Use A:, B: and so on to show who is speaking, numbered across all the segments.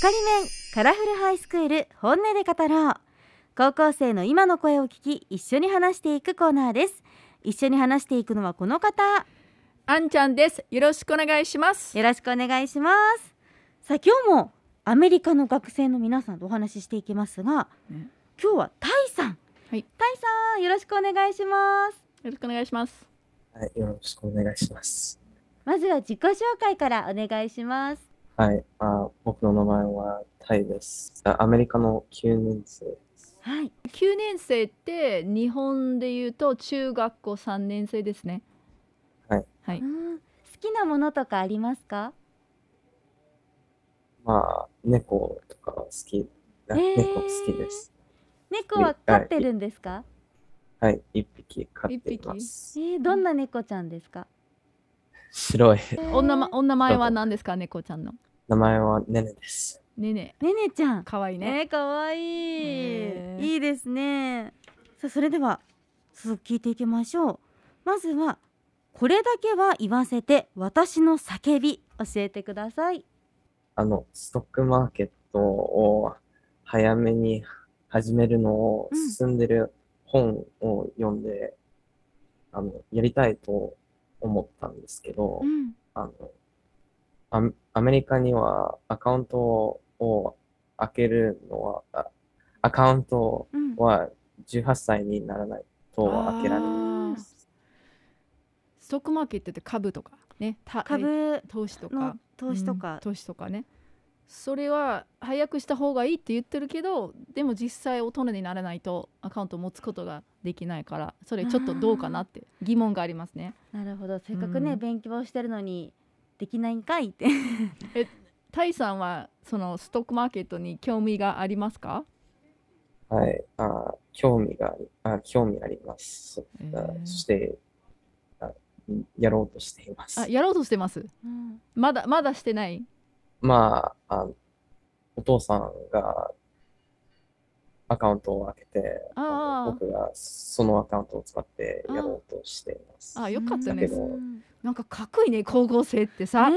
A: 仮面カラフルハイスクール本音で語ろう高校生の今の声を聞き一緒に話していくコーナーです一緒に話していくのはこの方
B: あんちゃんです。よろしくお願いします。
A: よろしくお願いしますさあ今日もアメリカの学生の皆さんとお話ししていきますが、
B: ね
A: 今日はタイさん
B: はい
A: タイさんよろしくお願いします
B: よろしくお願いします。
C: はい、よろしくお願いします。
A: まずは自己紹介からお願いします
C: はい、あ、僕の名前はタイです。あアメリカの9年生です。
A: はい
B: 9年生って日本で言うと中学校3年生ですね。
A: うーん好きなものとかありますか
C: まあ、猫とかは好き、あ
A: えー
C: 猫好きです。
A: 猫は飼ってるんですか、
C: はい、一匹飼っています。
A: えー、どんな猫ちゃんですか、
C: 白い。
B: お名前お名前は何ですか猫ちゃんの。
C: 名前はネネです。
B: ねね。
A: ねねちゃん
B: かわいいね。
A: ね、かわいい、
B: ね
A: いいですねさあそれでは早速聞いていきましょうまずはこれだけは言わせて私の叫び教えてください
C: あの、ストックマーケットを早めに始めるのを
A: うん
C: 進んでる本を読んで、あの、やりたいと思ったんですけど、
A: ん、
C: あの、アメアメリカにはアカウントを開けるのは、あアカウント
A: うん
C: は18歳にならないと開けられない。
B: あーストックマーケットって株とかね。た
A: 株
B: 投資と
A: の
B: か。
A: 投資と
B: うん
A: か、
B: 投資とかね。それは早くした方がいいって言ってるけどでも実際大人にならないとアカウントを持つことができないからそれちょっとどうかなって疑問がありますね。
A: なるほどせっかくね、
B: うん
A: 勉強してるのにできないんかいって
B: タイさんはそのストックマーケットに興味がありますか、
C: はい。あー興味がありあ、興味あります。
B: え
C: あ
B: ー
C: そしてあ、やろうとしています
B: あ。やろうとしてます
A: うん
B: まだまだしてない
C: まあ、あお父さんがアカウントを開けて、あの
B: あー
C: 僕がそのアカウントを使ってやろうとしています。
B: あよかった
C: だけ
B: ね
C: ど
A: うん
B: なんかかっこいいね高校生ってさ、
A: ね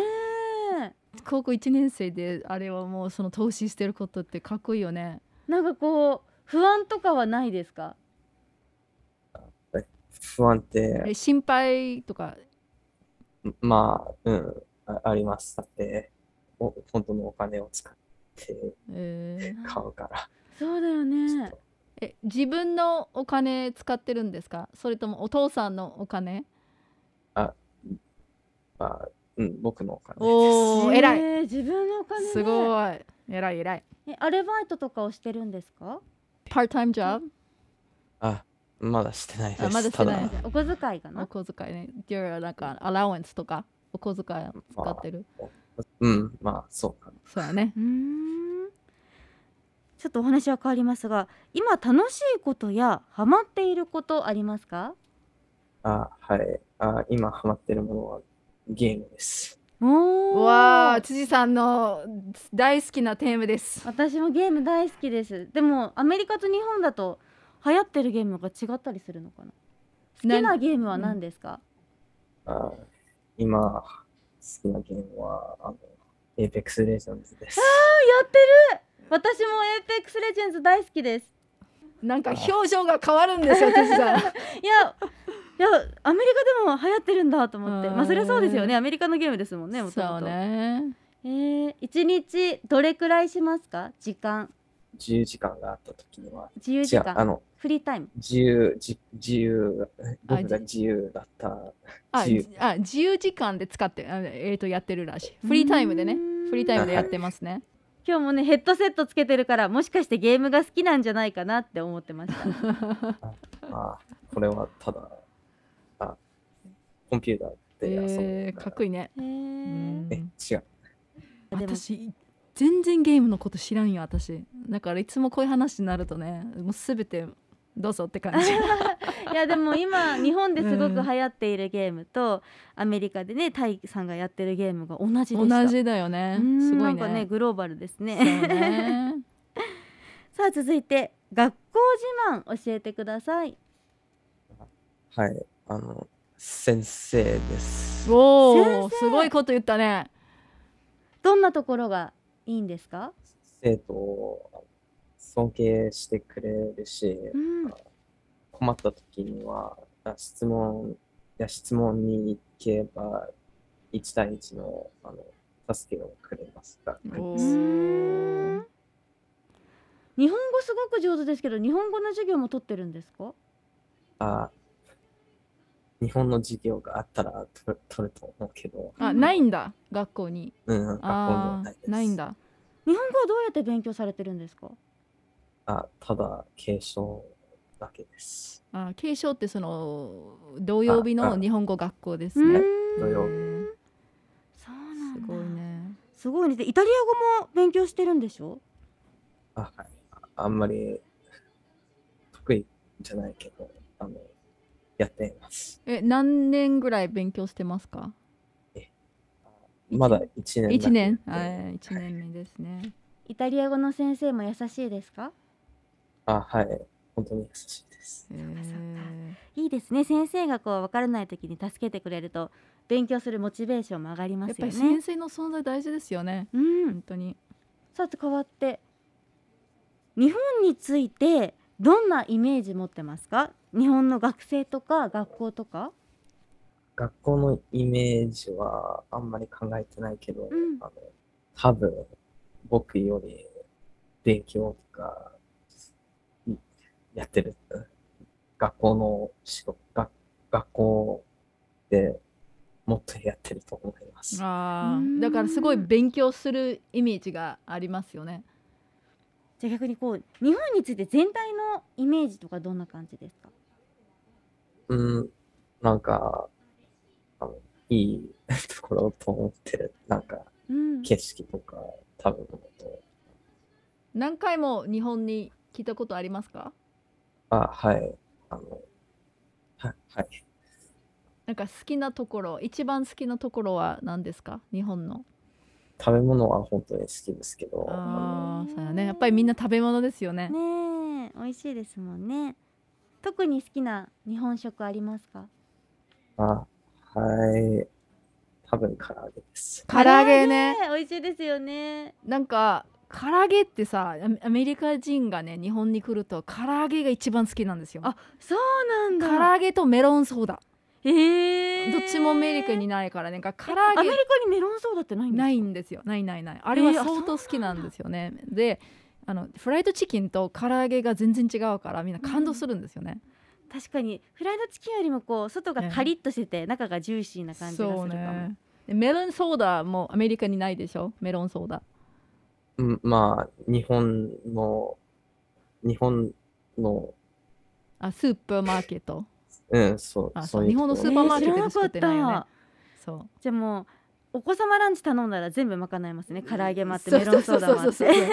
A: え
B: 高校1年生であれはもうその投資してることってかっこいいよね
A: なんかこう不安とかはないですか
C: 不安定
B: え心配とか
C: まあ、うん、ああります。だって、お本当のお金を使って
B: えー
C: 買うから、
A: そうだよ
C: ちょっ
A: ね
C: と
B: え自分のお金使ってるんですかそれともお父さんのお金
C: まあ、うん、僕のお金です。
B: おー偉い
A: ねえ自分のお金、ね、
B: すごい偉い偉い
A: えアルバイトとかをしてるんですか
B: パートタイムジョブ
C: あ、まだしてないで
B: あ
C: す。
B: まだしてない
C: ただ、
A: お小遣いか
B: お
A: な
B: 小遣いね your なんかアラウンスとかお小遣い使ってる
C: うん、まあ、そうか。
B: そうやね
A: うーんちょっとお話は変わりますが今楽しいことやハマっていることありますか
C: あ、はい。あ、今ハマってるものはゲームです。
A: おー
B: わあ辻さんの大好きなテーマです
A: 私もゲーム大好きですでもアメリカと日本だと流行ってるゲームが違ったりするのかな好きなゲームは何ですか
C: あ、今、好きなゲームは、あの、Apex Legends です。
A: やってる私も Apex Legends 大好きです
B: なんか表情が変わるんで すよ辻さん
A: いやいやアメリカでも流行ってるんだと思って
B: うん
A: まあそれはそうですよねアメリカのゲームですもんねもとも
B: そう
A: と
B: ね
A: えー、1日どれくらいしますか時間
C: 自由時間があった時には、
A: 自由
C: じ
A: 時
C: ゃあ、あ
A: 間
C: の、
A: フリータイム
C: 自由、じ自由、僕が自由だった
B: あ
C: 自由
B: あ自由時間で使ってあえー、とやってるらしいフリータイムでねフリータイムでやってますね
A: 今日もねヘッドセットつけてるからもしかしてゲームが好きなんじゃないかなって思ってました
C: あこれはただあコンピューターで遊ぶ、
B: えー、かっこいいね、
A: へ
B: う
A: ー
B: ん
C: え違う
A: でも
B: 私全然ゲームのこと知らんよ私だからいつもこういう話になるとねもうすべてどうぞっ て感じ
A: いやでも今日本ですごく流行っているゲームとアメリカでねタイさんがやってるゲームが同じで
B: 同
A: した
B: じだよね
A: うん
B: すご
A: ないんかね
B: ね
A: グローバルですね
B: そう ね
A: さあ続いて学校自慢教えてください
C: はいあの先生です
B: おお
A: 先生
B: すごいこと言ったね
A: どんなところがいいんですか
C: 生徒を尊敬してくれるし、
A: うん
C: 困った時には、あ質問や質問に行けば、1対1のあの助けをくれますが。
B: お
A: うーん日本語すごく上手ですけど日本語の授業も取ってるんですか
C: あ日本の授業があったら取る取ると思うけど、
B: あないんだ学校に
C: うん、学校には
B: あ
C: ないで
B: ー
C: す。
B: ないん。だ
A: 日本語はどうやって勉強されてるんですか
C: あただ、継承だけです。
B: あ継承ってその土曜日
C: ああ
B: の日本語学校です
A: うー
B: ね
A: ん
C: 土曜日
A: そうなん
B: す
A: だ
B: ごいね
A: すごいねでイタリア語も勉強してるんでしょ
C: あはい、あんまり得意じゃないけど、あの、やっています。
B: え何年ぐらい勉強してますか一
C: まだ1年だけ
B: 一年
C: で
B: はい一年目ですね
A: イタリア語の先生も優しいですか
C: あ、はい。本当に優しいです。
B: へ
A: かそうか
B: ー
A: いいですね先生がこう分からない時に助けてくれると勉強するモチベーションも上がりま
B: やっ
A: す
B: ぱ
A: よ
B: り
A: ね
B: 先生の存在大事ですよね
A: うん
B: 本当に
A: さて変わって日本についてどんなイメージ持ってますか日本の学生とか学校とか
C: 学校のイメージはあんまり考えてないけど、
A: うん
C: あの多分僕より勉強とかいやってる。学校の仕事、学学校でもっとやってると思います。
B: あ
A: うーん
B: ーだからすごい勉強するイメージがありますよね
A: じゃあ逆にこう日本について全体のイメージとかどんな感じですか
C: うん、なんか、あのいいところと思ってる。なんか、
A: うん
C: 景色とか食べ物と。
B: 何回も日本に来たことありますか
C: あ、はい。あの、は、はい。
B: なんか好きなところ一番好きなところは何ですか日本の
C: 食べ物は本当に好きですけど、あ
B: ああそうやねやっぱりみんな食べ物ですよね
A: ねえ美味しいですもんね特に好きな日本食ありますか
C: のあ、はい。多分唐揚げです。
B: 唐揚げね
A: 唐揚げ美味しいですよね
B: なんか唐揚げってさアメアメリカ人がね日本に来ると唐揚げが一番好きなんですよ
A: あそうなん
B: 唐
A: だ
B: 揚げとメロンソーダ
A: ええ
B: どっちもアメリカにないからねなんか唐
A: アメ
B: 揚
A: リ
B: げ
A: カにメロンソーダってないんですか
B: ないんですよないないないあれは相当好きなんですよね、であのフライドチキンと唐揚げが全然違うからみんな感動するんですよね、
A: 確かにフライドチキンよりもこう外がカリッとしてて中がジューシーな感じがするかも、
B: でメロンソーダもアメリカにないでしょメロンソーダ
C: うん、まあ、日本の、日本の、
B: あスーパーマーケット
C: うん、そう、
B: あ
C: そう
B: そう
C: いう
B: 日本の
C: と
B: ス
C: こ
B: ー
C: ろ
B: パーマーケット
A: え知
B: で
A: ら
B: 作
A: な
B: ってないよね
A: かった
B: そう
A: じゃあもうお子様ランチ頼んだら全部賄えますね唐揚げもあって
B: そう
A: メロンソーダもあ
B: そう
A: って
B: そうそうそう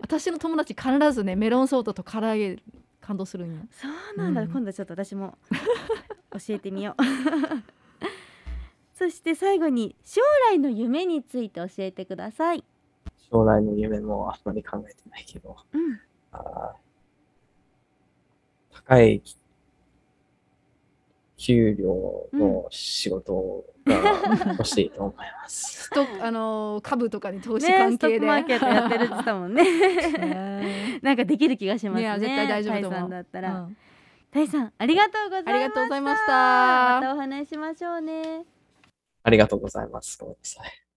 B: 私の友達必ずねメロンソーダと唐揚げ感動するんや
A: そうなんだ、
B: うん
A: 今度ちょっと私も 教えてみよう そして最後に将来の夢について教えてください、
C: 将来の夢もあんまり考えてないけど、
A: うん、
C: あー高いき給料の仕事 が欲しいと思います。
B: ストックあのー株とかに投資
A: ね
B: 関
A: ストッ
B: 係
A: ク
B: で、
A: マーケットやってるって言ったもんね
B: ね
A: なんかできる気がしますね
B: ね絶対大丈夫と思
A: タイ さ
B: う
A: んだったら、
B: うん
A: タイさんありがとうございました
B: ありがとうございました
A: またお話ししましょうね
C: ありがとうございます。ごめんなさい。